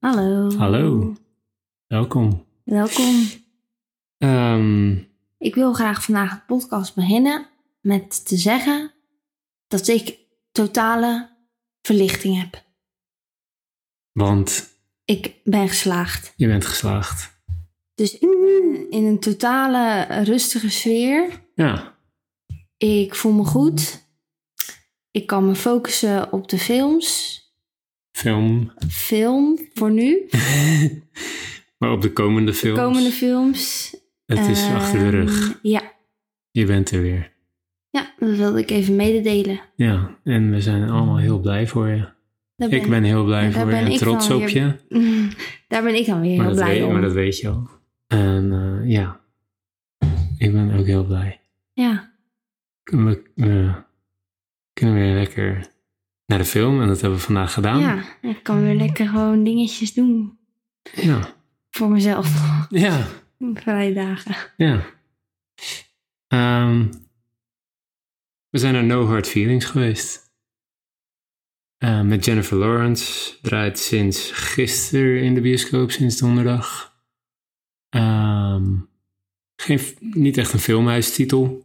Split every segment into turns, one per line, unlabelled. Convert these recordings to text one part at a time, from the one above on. Hallo.
Hallo. Welkom.
Welkom.
Ehm,
Ik wil graag vandaag de podcast beginnen met te zeggen dat ik totale verlichting heb.
want
Ik ben geslaagd.
je bent geslaagd.
Dus ik ben in een totale rustige sfeer.
Ja,
Ik voel me goed. Ik kan me focussen op de films.
film.
Film voor nu.
maar op de komende films.
Komende films.
het is achter de rug.
Ehm, Ja.
Je bent er weer.
ja, dat wilde ik even mededelen.
Ja, en we zijn allemaal heel blij voor je.
Mm. Daar
ik ben heel blij
daar
voor je
ben
en
ik
trots
dan
op
weer
je.
Daar ben ik dan weer
maar,
heel
dat
blij
weet,
om.
maar dat weet je al. En eh, ja, ik ben ook heel blij.
Ja,
We eh, kunnen weer lekker naar de film en dat hebben we vandaag gedaan.
ja, ik kan weer lekker gewoon dingetjes doen
Ja.
voor mezelf.
Ja.
Vrije dagen.
Ja. Ehm, we zijn naar No Hard Feelings geweest. Eh, met Jennifer Lawrence. Draait sinds gisteren in de bioscoop, sinds donderdag. Ehm, geen, f- niet echt een filmhuistitel.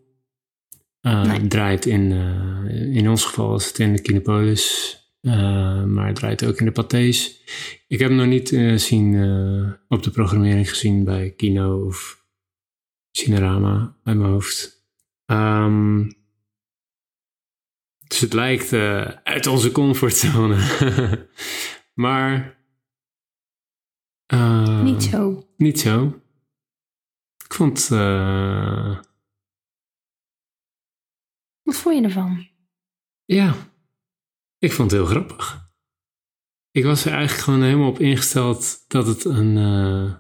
Eh,
Nee.
Draait in, eh, in ons geval is het in de Kinepolis. Eh, maar het draait ook in de Pathé's. Ik heb hem nog niet eh, zien, eh, op de programmering gezien bij Kino of Cinerama uit mijn hoofd. Ehm, dus het lijkt eh, uit onze comfortzone. maar. eh,
Niet zo.
Niet zo. Ik vond. eh,
Wat vond je ervan?
ja. Ik vond het heel grappig. Ik was er eigenlijk gewoon helemaal op ingesteld dat het een. eh,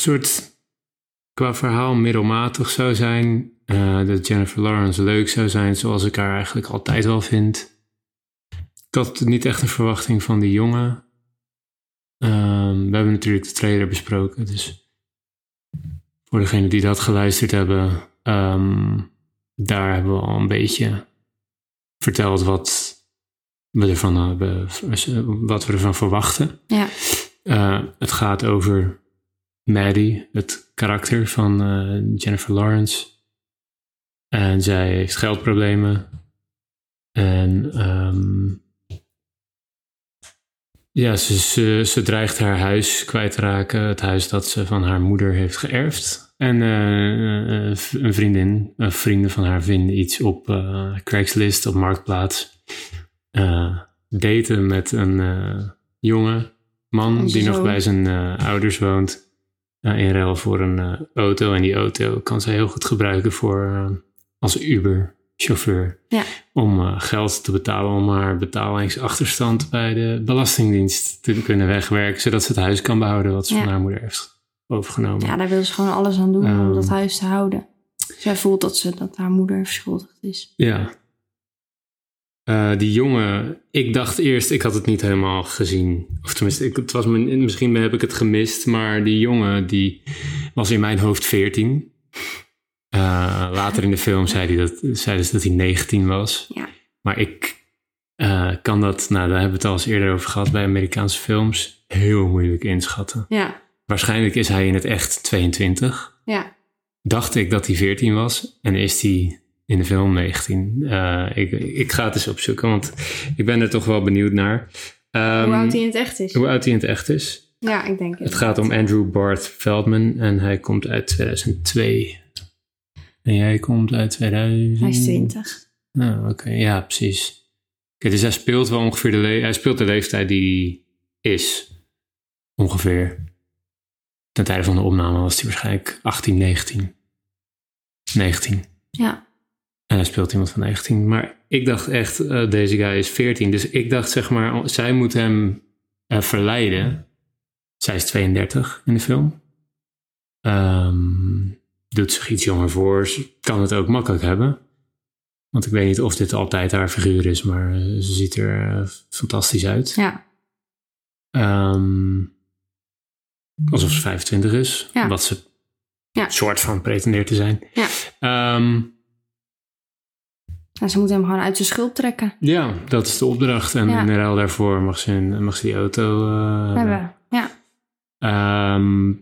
soort qua verhaal middelmatig zou zijn. eh, dat Jennifer Lawrence leuk zou zijn, zoals ik haar eigenlijk altijd wel vind. Ik had niet echt een verwachting van die jongen. Ehm, we hebben natuurlijk de trailer besproken, dus voor degenen die dat geluisterd hebben, ehm, daar hebben we al een beetje verteld wat we ervan, hebben, wat we ervan verwachten.
Ja.
Eh, het gaat over Maddie, het karakter van eh, Jennifer Lawrence. En zij heeft geldproblemen. En ehm, ja, ze, ze, ze dreigt haar huis kwijt te raken. Het huis dat ze van haar moeder heeft geërfd. En eh, eh, v- een vriendin, eh, vrienden van haar vinden iets op eh, Craigslist, op Marktplaats. Eh, daten met een eh, jonge man
Onze
die nog
zoon.
bij zijn eh, ouders woont. eh, in ruil voor een eh, auto. En die auto kan ze heel goed gebruiken voor, eh, als Uber-chauffeur.
Ja.
Om eh, geld te betalen om haar betalingsachterstand bij de Belastingdienst te kunnen wegwerken. Zodat ze het huis kan behouden wat ze
Ja.
van haar moeder heeft overgenomen.
Ja, daar wil ze gewoon alles aan doen om
Ehm.
dat huis te houden. Zij voelt dat, ze, dat haar moeder verschuldigd is.
Ja. Eh, die jongen, ik dacht eerst, ik had het niet helemaal gezien. Of tenminste, ik, het was me, misschien heb ik het gemist, maar die jongen die was in mijn hoofd 14. Eh, later in de film zei hij dat, zeiden ze dat hij 19 was.
Ja.
Maar ik eh, kan dat, nou daar hebben we het al eens eerder over gehad bij Amerikaanse films, heel moeilijk inschatten.
Ja,
Waarschijnlijk is hij in het echt 22
ja.
dacht ik dat hij 14 was en is hij in de film 19. Eh, ik, ik ga het eens opzoeken, want ik ben er toch wel benieuwd naar. Ehm,
hoe oud hij in het echt is.
hoe oud hij in het echt is.
Ja, ik denk
Het gaat om Andrew Bart Feldman en hij komt uit 2002. En jij komt uit 2000.
Hij is 20.
Nou, oké. Ja, precies. Oké, dus hij speelt wel ongeveer de, le- hij speelt de leeftijd die is. Ongeveer. Ten tijde van de opname was hij waarschijnlijk 18, 19. 19.
Ja,
En hij speelt iemand van 19. Maar ik dacht echt, eh, deze guy is 14. Dus ik dacht, zeg maar, oh, zij moet hem eh, verleiden. Zij is 32 in de film. Ehm, doet zich iets jonger voor. Ze kan het ook makkelijk hebben. Want ik weet niet of dit altijd haar figuur is, maar eh, ze ziet er eh, fantastisch uit.
ja,
Ehm, alsof ze 25 is.
Ja.
Wat ze
Ja.
Ehm, soort van pretendeert te zijn.
Ja.
Ehm,
Nou, ze moeten hem gewoon uit zijn schuld trekken.
Ja, dat is de opdracht. En
Ja.
in ruil daarvoor mag ze, een- mag ze die auto eh,
Hebben. Ja.
Ehm,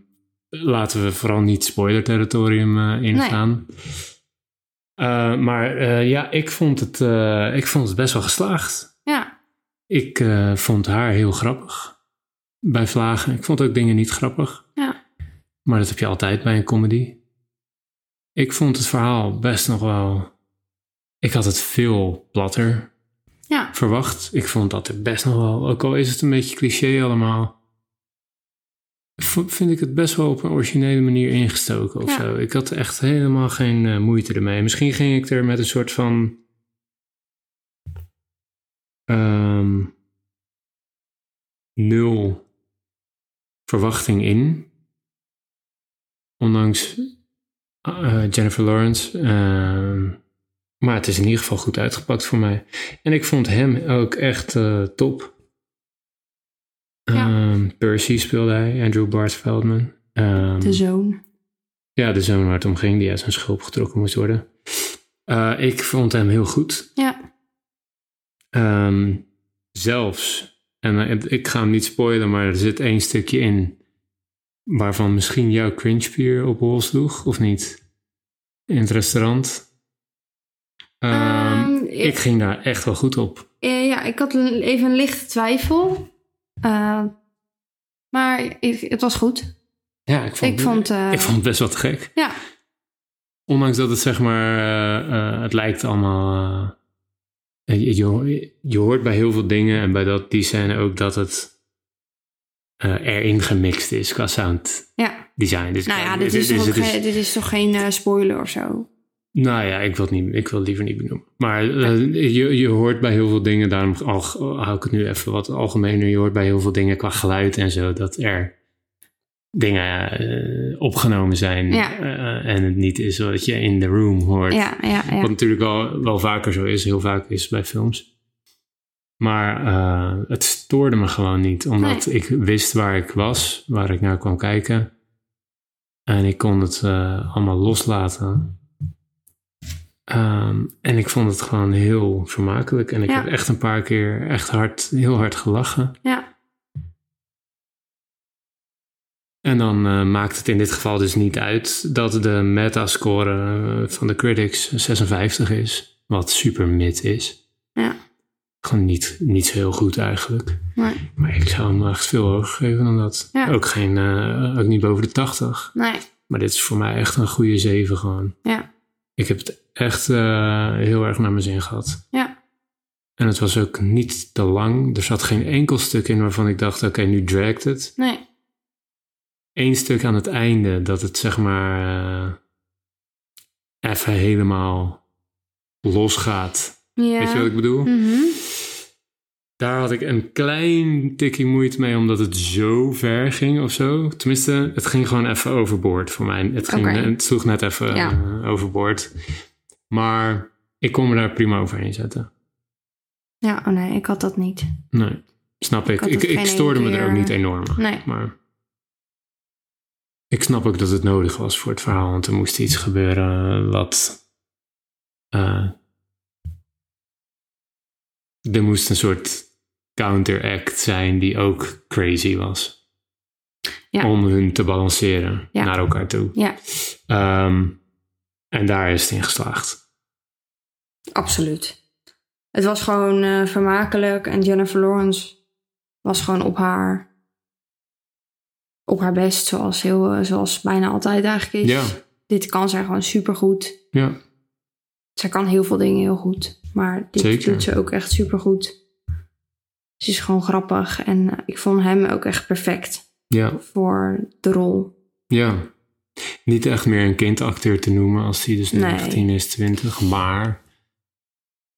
laten we vooral niet spoiler-territorium eh, ingaan. Eh, maar eh, ja, ik vond, het, eh, ik vond het best wel geslaagd.
Ja.
Ik eh, vond haar heel grappig bij vlagen. Ik vond ook dingen niet grappig.
Ja.
Maar dat heb je altijd bij een comedy. Ik vond het verhaal best nog wel. Ik had het veel platter
Ja.
verwacht. Ik vond dat er best nog wel, ook al is het een beetje cliché allemaal, v- vind ik het best wel op een originele manier ingestoken of
Ja.
zo. Ik had echt helemaal geen eh, moeite ermee. Misschien ging ik er met een soort van. ehm, nul verwachting in. Ondanks eh, Jennifer Lawrence. ehm, maar het is in ieder geval goed uitgepakt voor mij. En ik vond hem ook echt eh, top.
Ja.
Ehm, Percy speelde hij, Andrew Bart Feldman. Ehm,
De zoon.
ja, de zoon waar het om ging, die uit zijn schulp getrokken moest worden. Eh, ik vond hem heel goed.
Ja.
Ehm, zelfs, en eh, ik ga hem niet spoilen, maar er zit één stukje in waarvan misschien jouw cringe-pier op hol sloeg, of niet? In het restaurant. Ehm,
Ehm,
ik...
ik-
ging daar echt wel goed op.
Eh, ja, ik had een- even een lichte twijfel. Eh, maar ik, het was goed.
Ja, ik vond,
Ik vond, eh,
Oh, ik vond het best wel te gek.
Ja.
Ondanks dat het zeg maar, eh, eh, het lijkt allemaal... eh, je, je ho- je hoort bij heel veel dingen en bij dat, die scène ook dat het eh, erin gemixt is qua sound
Ja.
design. Dus
Nou
eh,
ja, dit is, toch ook
het
geen- dit is toch geen eh, spoiler of zo?
Nou ja, ik wil het, niet, ik wil het liever niet benoemen. Maar eh, je, je hoort bij heel veel dingen, daarom al, hou ik het nu even wat algemener. Je hoort bij heel veel dingen qua geluid en zo, dat er dingen eh, opgenomen zijn
Ja.
eh, en het niet is wat je in de room hoort.
Ja, ja, ja.
Wat natuurlijk al wel vaker zo is, heel vaak is bij films. Maar eh, het stoorde me gewoon niet, omdat ik wist waar ik was, waar ik naar kwam kijken. En ik kon het eh, allemaal loslaten. Ehm, en ik vond het gewoon heel vermakelijk. En ik
Ja.
heb echt een paar keer echt hard, heel hard gelachen.
Ja.
En dan eh, maakt het in dit geval dus niet uit dat de metascore eh, van de critics 56 is. Wat super mid is.
Ja.
Gewoon niet, niet zo heel goed eigenlijk.
Nee.
Maar ik zou hem echt veel hoger geven dan dat.
Ja.
Ook, geen, eh, ook niet boven de 80.
nee.
Maar dit is voor mij echt een goede 7 gewoon.
Ja.
Ik heb het echt eh, heel erg naar mijn zin gehad.
Ja.
En het was ook niet te lang. Er zat geen enkel stuk in waarvan ik dacht, oké, nu dragt het.
Nee.
Eén stuk aan het einde, dat het zeg maar eh, even helemaal losgaat.
Ja.
Weet je wat ik bedoel?
Mhm.
Daar had ik een klein tikje moeite mee, omdat het zo ver ging of zo. Tenminste, het ging gewoon even overboord voor mij. Het, ging,
Oké.
het sloeg net even
Ja.
eh, overboord. Maar ik kon me daar prima overheen zetten.
Ja, oh nee, ik had dat niet.
Nee, snap ik.
had
Ik,
het
ik,
geen eh,
stoorde
ene
me er
keer-
ook niet enorm aan.
Nee.
Maar ik snap ook dat het nodig was voor het verhaal. Want er moest iets gebeuren wat. eh, er moest een soort counteract zijn die ook crazy was.
Ja.
Om hun te balanceren
Ja.
naar elkaar toe.
Ja,
Ehm, en daar is het in geslaagd.
absoluut. Het was gewoon eh, vermakelijk en Jennifer Lawrence was gewoon op haar, op haar best, zoals, heel, eh, zoals bijna altijd eigenlijk is.
Ja,
Dit kan zij gewoon supergoed.
ja,
Zij kan heel veel dingen heel goed, maar dit
Zeker.
doet ze ook echt supergoed. Ze is gewoon grappig en eh, ik vond hem ook echt perfect
ja,
voor de rol.
ja. Niet echt meer een kindacteur te noemen als hij dus
Nee.
19 is, 20. Maar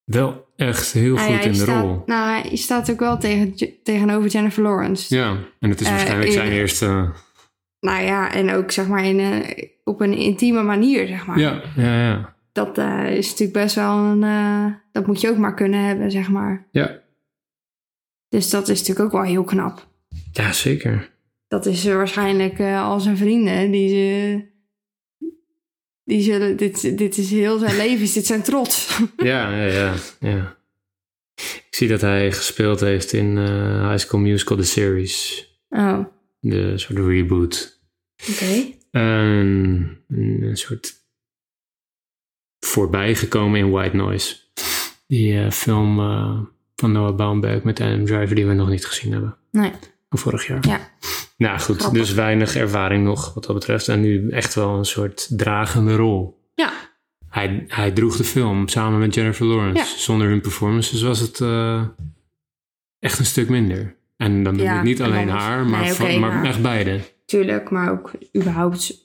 wel echt heel
Nou
goed
ja, je
in de
staat-
rol.
Nou, je staat ook wel tegen, tegenover Jennifer Lawrence.
Ja, en het is
Eh,
waarschijnlijk zijn
eerder.
eerste.
Nou ja, en ook zeg maar in een- op een intieme manier, zeg maar.
Ja, ja, ja.
Dat eh, is natuurlijk best wel een... eh, dat moet je ook maar kunnen hebben, zeg maar.
Ja,
Dus dat is natuurlijk ook wel heel knap.
ja zeker.
Dat is eh, waarschijnlijk eh, al zijn vrienden die ze... Die zullen, dit, dit is heel zijn leven, is dit zijn trots.
Ja, ja, ja, ja. Ik zie dat hij gespeeld heeft in eh, High School Musical, de series.
Oh, oké.
De soort reboot. Ehm, een soort voorbijgekomen in White Noise. Die eh, film eh, van Noah Baumbach met Adam Driver die we nog niet gezien hebben.
Nee.
Van vorig jaar.
Ja.
Nou goed,
Grappig.
dus weinig ervaring nog wat dat betreft. En nu echt wel een soort dragende rol.
Ja,
Hij, hij droeg de film samen met Jennifer Lawrence.
Ja.
Zonder hun performances was het eh, echt een stuk minder. En dan bedoel
Ja,
ik niet
en
alleen
dan was-
haar, maar,
nee,
van-
oké,
maar,
maar-
echt beide.
tuurlijk. Maar ook überhaupt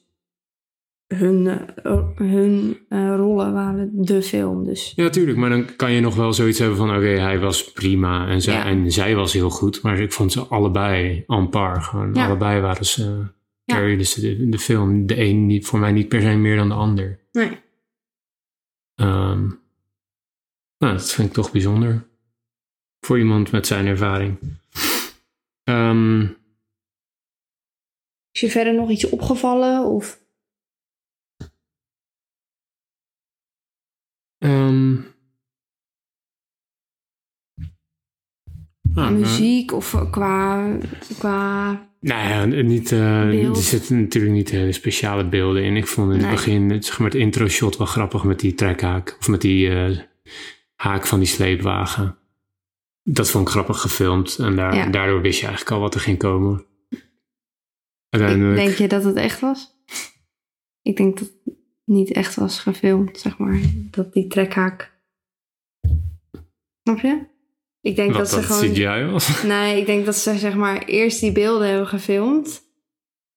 hun, eh, hun eh, rollen waren de film. Dus
Ja, tuurlijk. Maar dan kan je nog wel zoiets hebben van... oké, hij was prima en zij,
Ja.
en zij was heel goed. Maar ik vond ze allebei on par. Gewoon
Ja.
allebei waren ze...
Ja.
carryden ze de, de film. De een niet, voor mij niet per se meer dan de ander.
nee.
Ehm, nou, dat vind ik toch bijzonder. Voor iemand met zijn ervaring. Ehm,
Is je verder nog iets opgevallen? Of...
ehm, nou, nou,
muziek of qua, qua...
Nou ja, niet, eh,
Beeld.
er zitten natuurlijk niet hele speciale beelden in. Ik vond in het
Nee.
begin het, zeg maar, het intro shot wel grappig met die trekhaak. Of met die eh, haak van die sleepwagen. Dat vond ik grappig gefilmd. En daar,
Ja.
daardoor wist je eigenlijk al wat er ging komen.
Ik,
Uiteindelijk,
denk je dat het echt was? Ik denk dat het niet echt was gefilmd, zeg maar. Dat die trekhaak... Snap je? Ik denk
wat
dat ze
dat
gewoon...
CGI was.
Nee, ik denk dat ze zeg maar eerst die beelden hebben gefilmd.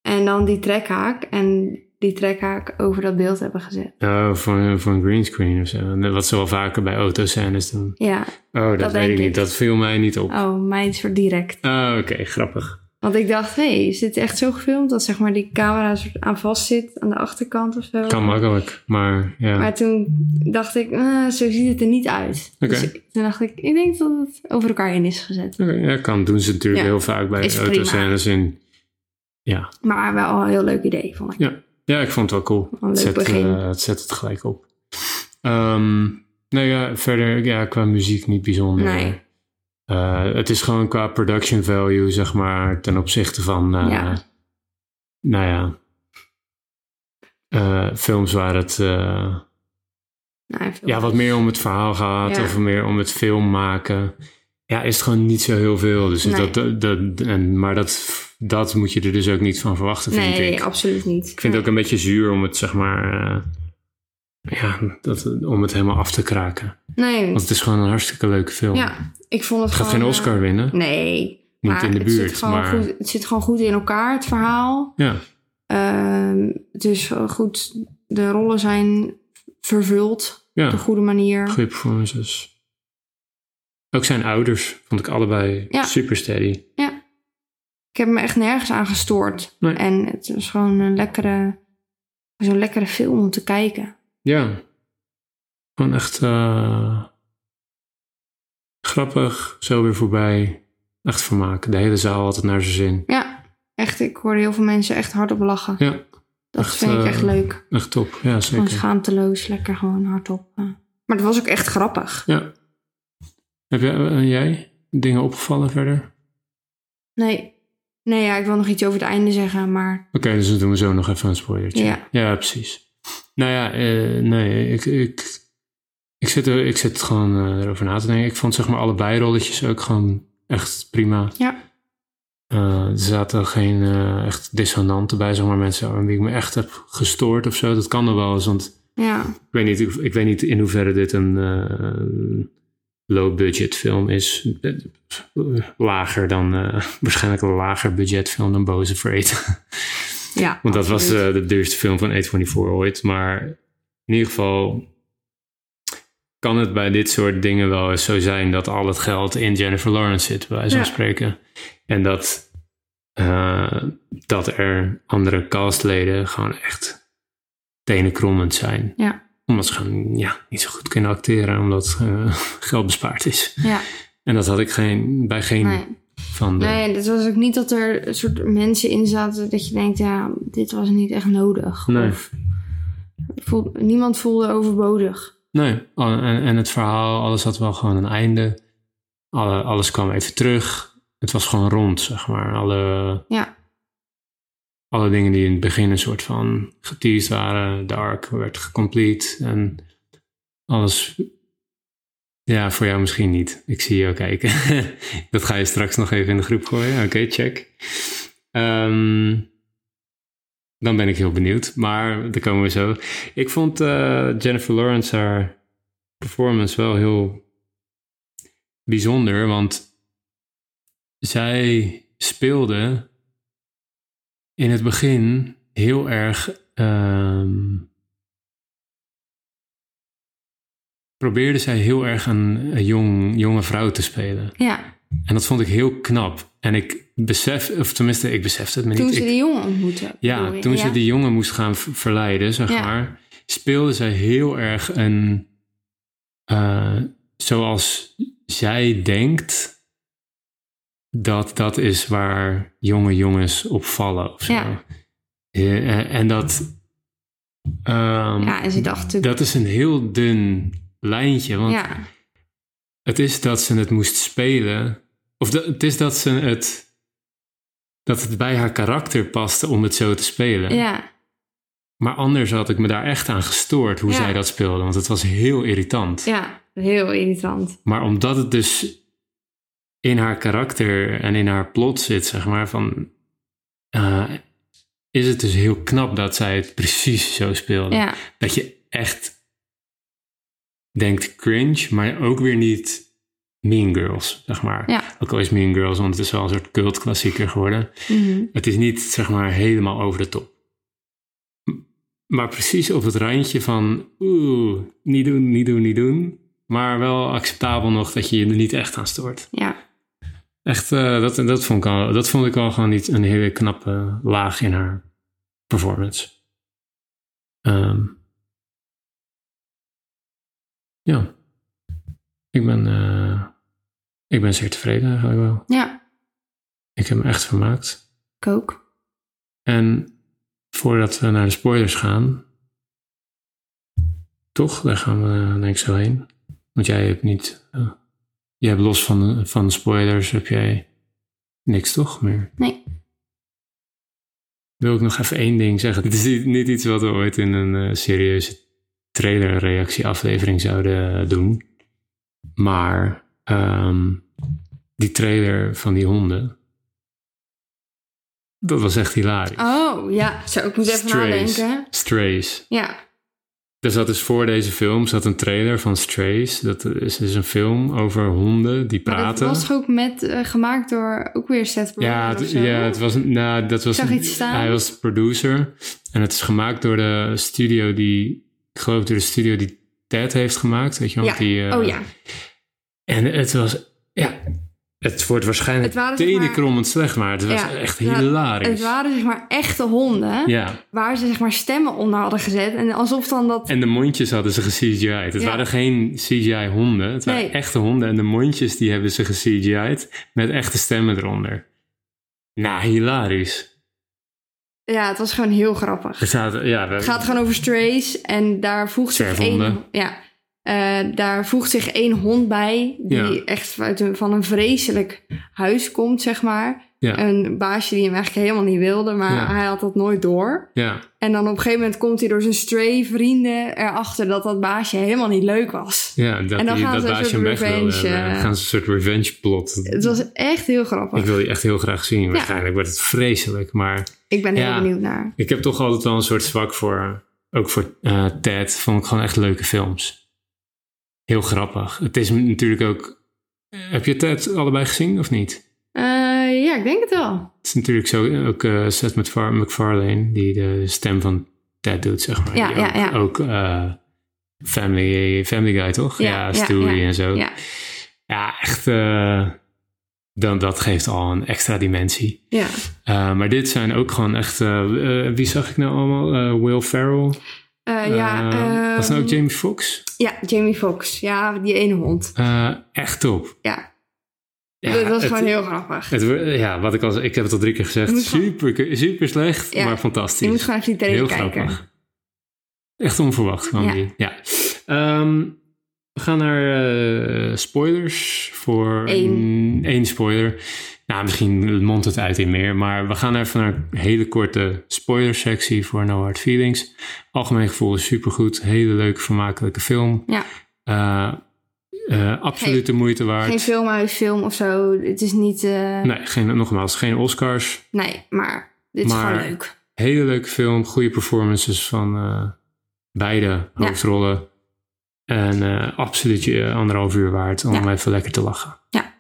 En dan die trekhaak. En die trekhaak over dat beeld hebben gezet.
Oh, voor, voor een greenscreen of zo. Wat ze wel vaker bij autoscènes doen.
Ja.
Oh, dat,
Dat
weet
denk
ik
ik.
niet. Dat viel mij niet op. Oh,
Oh, mijn soort direct.
oké, grappig.
Want ik dacht, hé, hey, is dit echt zo gefilmd? Dat zeg maar die camera een soort aan vast zit aan de achterkant of zo.
Kan makkelijk, maar ja.
Maar toen dacht ik, eh, zo ziet het er niet uit.
Oké.
Dus ik- toen dacht ik, ik denk dat het over elkaar in is gezet.
Oké, ja, kan. Doen ze natuurlijk
Ja,
heel vaak bij
is
autoscènes. In.
Maar wel een heel leuk idee, vond ik.
Ja, ik vond het wel cool.
Een leuk
het, zet,
begin.
eh, het zet het gelijk op. Ehm nou ja, verder ja, qua muziek niet bijzonder.
Nee.
Eh, het is gewoon qua production value, zeg maar, ten opzichte van, eh,
Ja.
nou ja, eh, films waar het eh,
Nou, ik vond-
ja, wat meer om het verhaal gaat
Ja.
of meer om het film maken. Ja, is het gewoon niet zo heel veel. Dus
Nee.
dat, dat, dat- en, maar dat, dat moet je er dus ook niet van verwachten, vind
Nee, oh,
ik.
absoluut niet.
Ik vind het ook een beetje zuur om het, zeg maar, eh, ja, dat, om het helemaal af te kraken.
Nee,
Want het is gewoon een hartstikke leuke film.
ja, ik vond het
het gaat
gewoon,
geen
eh,
Oscar winnen,
nee,
niet
maar
in de
het
buurt.
Zit gewoon
maar
goed, het zit gewoon goed in elkaar, het verhaal.
ja,
Ehm, het is eh, goed, de rollen zijn vervuld op
ja,
een goede manier.
goede performances. Ook zijn ouders vond ik allebei
Ja.
super steady.
Ik heb me echt nergens aan gestoord.
Nee.
En het is gewoon een lekkere, zo'n lekkere film om te kijken.
Ja. Gewoon echt eh, grappig, zo weer voorbij. Echt vermaken. De hele zaal had het naar zijn zin.
Ja, echt, ik hoorde heel veel mensen echt hardop lachen.
Ja,
Dat
echt,
vind ik
eh,
echt leuk.
echt top. Ja,
Gewoon
zeker.
schaamteloos, lekker gewoon hardop. eh. Maar het was ook echt grappig.
Ja. Heb jij, en jij dingen opgevallen verder? Oké,
Nee, nee ja, ik wil nog iets over het einde zeggen, maar
dus dan doen we zo nog even een spoilertje.
Ja.
precies. Nou ja, eh, nee, ik, ik, ik, zit er, ik zit gewoon eh, erover na te denken. Ik vond zeg maar allebei rolletjes ook gewoon echt prima.
Ja.
Eh, er zaten geen eh, echt dissonanten bij, zeg maar mensen aan wie ik me echt heb gestoord of zo. Dat kan er wel eens, want
ja.
Ik weet niet, ik, ik weet niet in hoeverre dit een eh, low-budget film is. Eh, Lager dan, eh, waarschijnlijk een lager budget film dan Boze Freight.
ja
Want dat was
absoluut.
eh, de duurste film van A24 ooit. Maar in ieder geval kan het bij dit soort dingen wel eens zo zijn dat al het geld in Jennifer Lawrence zit, bij wijze van
Ja.
spreken. En dat, eh, dat er andere castleden gewoon echt tenenkrommend zijn.
Ja.
Omdat ze gewoon ja, niet zo goed kunnen acteren, omdat eh, geld bespaard is.
Ja.
En dat had ik geen, bij geen
Nee.
eh, van de...
Nee, het was ook niet dat er een soort mensen in zaten dat je denkt, ja, dit was niet echt nodig.
Nee.
Of Voel- niemand voelde overbodig.
Nee, al- en, en het verhaal, alles had wel gewoon een einde. Alle, alles kwam even terug. Het was gewoon rond, zeg maar. Alle,
Ja.
alle dingen die in het begin een soort van geteased waren. De arc werd gecomplete en alles... Ja, voor jou misschien niet. Ik zie jou kijken. Dat ga je straks nog even in de groep gooien. Oké, check. Ehm, dan ben ik heel benieuwd, maar daar komen we zo. Ik vond eh, Jennifer Lawrence haar performance wel heel bijzonder, want zij speelde in het begin heel erg. ehm, probeerde zij heel erg een, een jong, jonge vrouw te spelen.
Ja,
En dat vond ik heel knap. En ik besef, of tenminste, ik besefte het me
toen
niet.
ze
Ik-
die jongen ontmoette. bedoel
ja,
je?
toen
Ja.
ze die jongen moest gaan v- verleiden, zeg
Ja.
maar, speelde zij heel erg een. eh, zoals zij denkt dat dat is waar jonge jongens op vallen. Of zo.
Ja.
Ja, en, en dat. ehm,
Ja, en ze dacht natuurlijk...
dat is een heel dun lijntje, want
ja,
het is dat ze het moest spelen. Of dat- het is dat ze het. Dat het bij haar karakter paste om het zo te spelen.
ja,
Maar anders had ik me daar echt aan gestoord hoe
Ja.
zij dat speelde. Want het was heel irritant.
ja, heel irritant.
Maar omdat het dus in haar karakter en in haar plot zit, zeg maar, van. eh, is het dus heel knap dat zij het precies zo speelde.
Ja,
Dat je echt denkt cringe, maar ook weer niet Mean Girls, zeg maar.
ja.
Ook al is Mean Girls, want het is wel een soort cultklassieker geworden.
Mhm.
Het is niet, zeg maar, helemaal over de top. M- Maar precies op het randje van, oeh, niet doen, niet doen, niet doen. Maar wel acceptabel nog dat je je er niet echt aan stoort.
ja.
Echt, eh, dat, dat, vond ik al, dat vond ik al gewoon niet een hele knappe laag in haar performance. Ehm, ja. Ik ben, eh, ik ben zeer tevreden eigenlijk wel.
ja,
Ik heb me echt vermaakt.
ik ook.
En voordat we naar de spoilers gaan, toch, daar gaan we eh, denk ik zo heen. Want jij hebt niet, eh, jij hebt los van, de- van de spoilers, heb jij niks toch meer?
Nee.
Wil ik nog even één ding zeggen. Het is niet, niet iets wat we ooit in een eh, serieuze trailerreactieaflevering zouden eh, doen. Maar ehm, die trailer van die honden, dat was echt hilarisch.
Oh, ja. Zo, ik moet even
Strays.
nadenken.
Strays.
Ja,
Er zat dus voor deze film zat een trailer van Strays. Dat is, is een film over honden die
maar dat
praten.
was toch ook met, eh, gemaakt door ook weer Seth Rogen
ja,
of
het,
zo?
ja, het was, een- nou, dat was
zag
een-
iets staan.
Hij was de producer. En het is gemaakt door de studio die, ik geloof door de studio die Ted heeft gemaakt. Weet je wel?
Ja.
Die, eh,
Oh ja,
En het was, ja, het wordt waarschijnlijk
Het waren zeg maar-
tenenkrommend slecht, maar het was
Ja.
echt
Ja,
hilarisch.
het waren zeg maar echte honden
ja.
waar ze zeg maar stemmen onder hadden gezet. En alsof dan dat...
En de mondjes hadden ze ge-CGI'd. Het
Ja.
waren geen CGI-honden. Het waren
Nee.
echte honden. En de mondjes die hebben ze ge-CGI'd met echte stemmen eronder. Nou, hilarisch.
Ja, het was gewoon heel grappig.
Er zaten, ja, we-
Het gaat gewoon over strays en daar voegt zich één,
Zwerfhonden.
ja, Eh, daar voegt zich één hond bij die
Ja.
echt uit een, van een vreselijk huis komt, zeg maar.
Ja.
Een baasje die hem eigenlijk helemaal niet wilde, maar
Ja.
hij had dat nooit door.
ja,
En dan op een gegeven moment komt hij door zijn stray vrienden erachter dat dat baasje helemaal niet leuk was.
ja, dat,
En dan
die,
gaan
dat
ze een
baasje hem
soort
weg wilde.
revenge,
hebben.
eh,
gaan ze een soort revenge plot.
Het was echt heel grappig.
Ik
Ik,
wil die echt heel graag zien. Waarschijnlijk wordt het vreselijk. Maar
ben heel
Ja.
benieuwd naar.
ik heb toch altijd wel een soort zwak voor... Ook voor eh Ted vond ik gewoon echt leuke films. Heel grappig. Het is natuurlijk ook... eh, Heb je Ted allebei gezien of niet?
Eh, ja, ik denk het wel.
Het is natuurlijk zo, ook eh, Seth MacFar- MacFarlane, die de stem van Ted doet, zeg maar.
Ja,
Die
ja,
ook,
ja.
ook, eh, family, family Guy, toch?
Ja,
Ja,
ja,
Stewie
ja,
en zo.
ja.
Ja, echt, eh, dan, dat geeft al een extra dimensie.
Ja.
Eh, maar dit zijn ook gewoon echt, eh, eh, wie zag ik nou allemaal? Eh, Will Ferrell.
Eh, ja,
Eh, was het nou ook
ehm,
Jamie Foxx?
ja, Jamie Foxx. Ja, die ene hond.
Eh, echt top.
Ja,
Ja,
dat was
het-
gewoon heel grappig.
het wordt- ja, wat ik al zei, ik heb het al drie keer gezegd.
Je moet gewoon-
Super, super slecht,
Ja.
maar fantastisch.
Je moet gewoon even die trailer
Heel
kijken.
grappig. Echt onverwacht van
Ja.
die. Ja. Ehm, we gaan naar eh, spoilers voor
Eén.
Mm, één spoiler. Nou, misschien mondt het uit in meer, maar we gaan even naar een hele korte spoilersectie voor No Hard Feelings. Algemeen gevoel is supergoed. Hele leuke, vermakelijke film.
Ja.
Eh, eh, absoluut de moeite waard.
Geen film uit film of zo. Het is niet... eh,
Nee, geen, nogmaals, geen Oscars.
Nee, maar dit is
Maar-
gewoon leuk.
Hele leuke film, goede performances van eh, beide hoofdrollen. En eh, absoluut je anderhalf uur waard om
Ja.
even lekker te lachen.
Ja.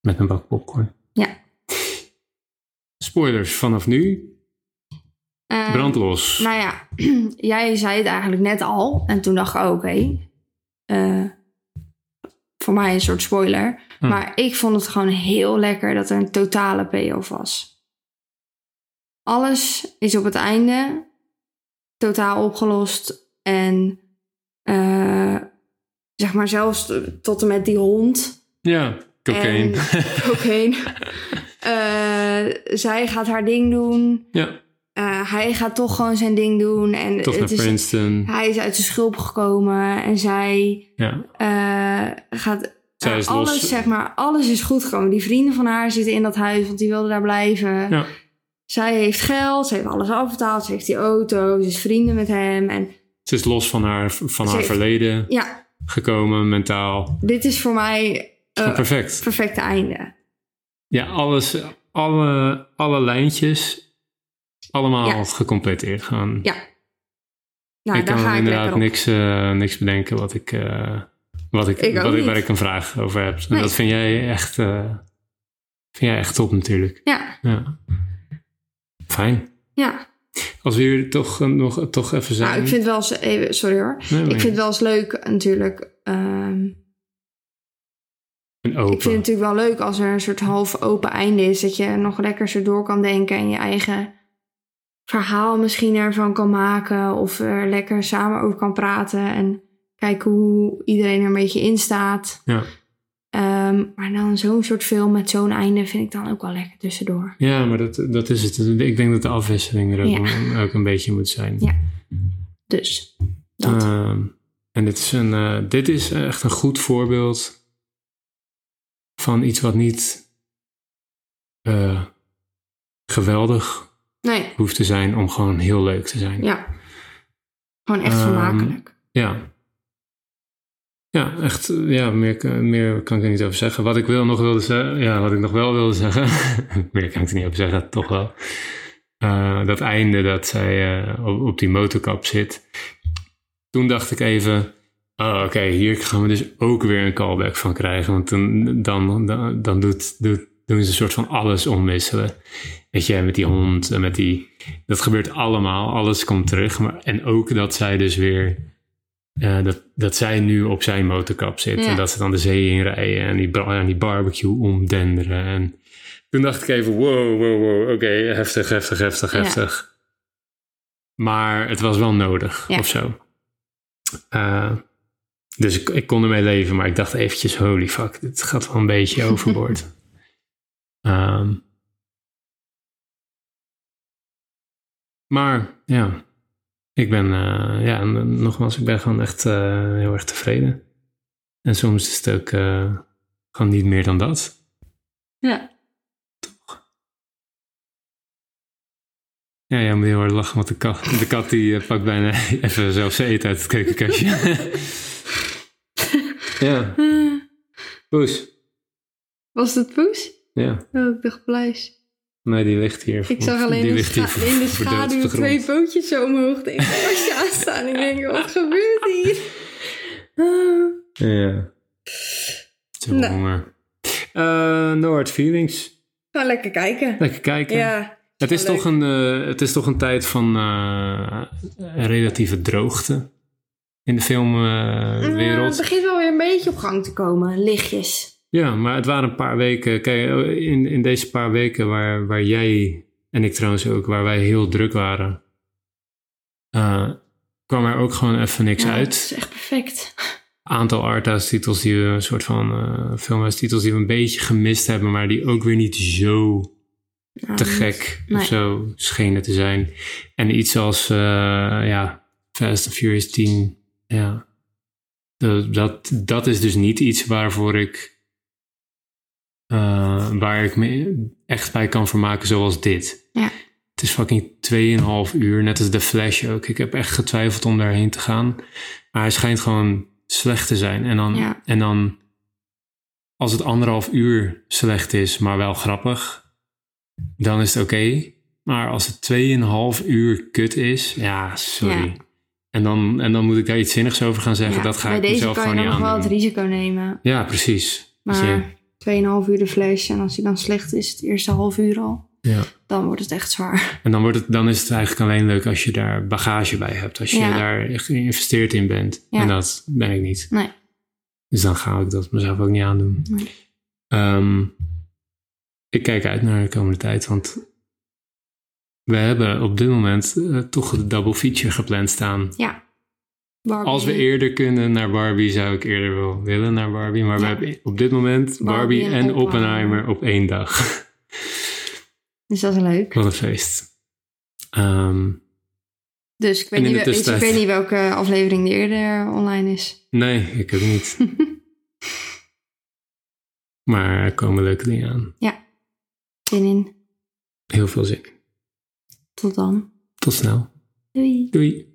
Met een bak popcorn.
Ja. Mm.
Spoilers vanaf nu.
Eh,
Brandlos.
Nou ja, jij zei het eigenlijk net al. En toen dacht ik, oh, oké. eh, voor mij een soort spoiler.
Hmm.
Maar ik vond het gewoon heel lekker dat er een totale payoff was. Alles is op het einde totaal opgelost. En eh, zeg maar zelfs t- tot en met die hond
ja, cocaïne.
cocaïne. Eh, zij gaat haar ding doen.
ja,
Eh, hij gaat toch gewoon zijn ding doen. En
toch naar
het is,
Princeton.
hij is uit zijn schulp gekomen. En zij
Ja,
eh, gaat...
Zij
eh,
is
alles,
los.
zeg maar, alles is goed gekomen. Die vrienden van haar zitten in dat huis, want die wilden daar blijven.
ja.
Zij heeft geld, ze heeft alles afbetaald. Ze heeft die auto, ze is vrienden met hem. En
Ze is los van haar, van haar
Zeker.
verleden
ja,
gekomen, mentaal.
dit is voor mij eh,
Gewoon perfect.
het perfecte einde.
Ja, alles, alle, alle lijntjes, allemaal
Ja.
gecompleteerd gaan.
Ja. Nou,
ik
daar
kan
ga ik lekker
inderdaad
op.
niks, eh, niks bedenken wat ik, eh, wat ik,
Ik ook
wat ik, waar
niet.
ik een vraag over heb. En
Nee.
dat vind jij echt, eh, vind jij echt top natuurlijk.
Ja,
Ja. Fijn.
ja.
Als we hier toch eh, nog toch even zijn.
Nou, ik vind wel eens... even- Sorry hoor.
Nee, nee.
Ik vind het wel eens leuk natuurlijk. ehm,
En open.
ik vind het natuurlijk wel leuk als er een soort half open einde is. Dat je nog lekker zo door kan denken en je eigen verhaal misschien ervan kan maken. Of er lekker samen over kan praten. En kijken hoe iedereen er een beetje in staat.
Ja.
Ehm, maar dan zo'n soort film met zo'n einde vind ik dan ook wel lekker tussendoor.
Ja, maar dat, dat is het. Ik denk dat de afwisseling er ook, ook een beetje moet zijn.
Ja. Dus dat.
Ehm, en dit is, een, eh, dit is echt een goed voorbeeld van iets wat niet eh, geweldig
nee,
hoeft te zijn om gewoon heel leuk te zijn.
ja. Gewoon echt
Ehm,
vermakelijk.
Ja, Ja, echt. eh, Ja, meer, kan- meer kan ik er niet over zeggen. Wat ik, wil nog wilde zeggen, ja, wat ik nog wel wilde zeggen, meer kan ik er niet over zeggen, toch wel. Eh, dat einde dat zij eh, op, op die motorkap zit. Toen dacht ik even, oh, oké, hier gaan we dus ook weer een callback van krijgen. Want dan, dan, dan, dan doet, doet, doen ze een soort van alles omwisselen. Weet je, met die hond en met die... Dat gebeurt allemaal, alles komt terug. Maar, en ook dat zij dus weer... eh, dat, dat zij nu op zijn motorkap zit.
Ja.
En dat ze dan de zee inrijden en die, bra- en die barbecue omdenderen. En toen dacht ik even, wow, wow, wow. Oké, heftig, heftig, heftig,
Ja.
heftig. Maar het was wel nodig,
Ja.
of zo. Eh, dus ik, ik kon ermee leven, maar ik dacht eventjes, holy fuck, dit gaat wel een beetje overboord. Ehm, maar ja, ik ben, eh, ja, en, eh, nogmaals, ik ben gewoon echt eh, heel erg tevreden. En soms is het ook eh, gewoon niet meer dan dat.
Ja.
Ja, jij moet heel hard lachen, want de kat, de kat die eh, pakt bijna even zelf zijn eten uit het keukenkastje. ja,
Eh,
poes.
Was dat poes?
Ja,
Oh, ik dacht pluis.
nee, die ligt hier.
Ik zag alleen
die
in de,
ligt hier
scha- in de
verdeeld op de
schaduw
grond.
twee pootjes zo omhoog oh, tegen de kastje aanstaan. Ik denk, wat gebeurt hier? Ah,
Ja. Te
Nou.
honger. Eh, no hard feelings.
Ga lekker kijken.
Lekker kijken.
Ja,
het, is
wel
toch een, eh, het is toch een tijd van eh, een relatieve droogte in de
Ah,
filmwereld.
het begint wel weer een beetje op gang te komen. Lichtjes.
Ja, maar het waren een paar weken. Kijk, eh, in, in deze paar weken waar, waar jij en ik trouwens ook, waar wij heel druk waren, eh, kwam er ook gewoon even niks
Ja,
uit.
Het is echt perfect.
aantal arthouse titels die we een soort van eh filmhuis titels die we een beetje gemist hebben, maar die ook weer niet zo
Nou,
te gek
Nee.
of zo schenen te zijn. En iets als eh, ja, Fast and Furious 10. Ja. Dat, dat, dat is dus niet iets waarvoor ik. eh, waar ik me echt bij kan vermaken zoals dit.
Ja.
Het is fucking 2,5 uur, net als The Flash ook. Ik heb echt getwijfeld om daarheen te gaan. Maar hij schijnt gewoon slecht te zijn. En dan,
Ja.
en dan als het anderhalf uur slecht is, maar wel grappig, dan is het oké. Maar als het 2,5 uur kut is, ja, sorry.
Ja.
En, dan, en dan moet ik daar iets zinnigs over gaan zeggen.
Ja,
dat ga
bij
ik
deze
mezelf
kan je
gewoon niet
dan nog wel het
aan.
risico nemen.
Ja, precies. Dus ja,
Maar 2,5 uur de flash en als die dan slecht is, het eerste half uur al,
ja.
dan wordt het echt zwaar.
eh, En dan, wordt het, dan is het eigenlijk alleen leuk als je daar bagage bij hebt. Als je
Ja.
daar echt geïnvesteerd in bent.
Ja.
En dat ben ik niet.
Nee.
Dus dan ga ik dat mezelf ook niet aandoen.
Nee.
Ehm, ik kijk uit naar de komende tijd, want we hebben op dit moment eh, toch de double feature gepland staan.
Ja. Barbie.
Als we eerder kunnen naar Barbie, zou ik eerder wel willen naar Barbie. Maar we
Ja.
hebben op dit moment Barbie,
Barbie en
en, Oppenheimer op één dag.
Dus dat is leuk.
Wat een feest. Ehm,
Dus ik weet,
En in
niet,
de
wel-
tussentijd-
ik weet niet welke aflevering die eerder online is.
nee, ik ook niet. maar er komen leuke dingen aan.
Zin in.
Heel veel zin.
Tot dan.
Tot snel.
Doei.
Doei.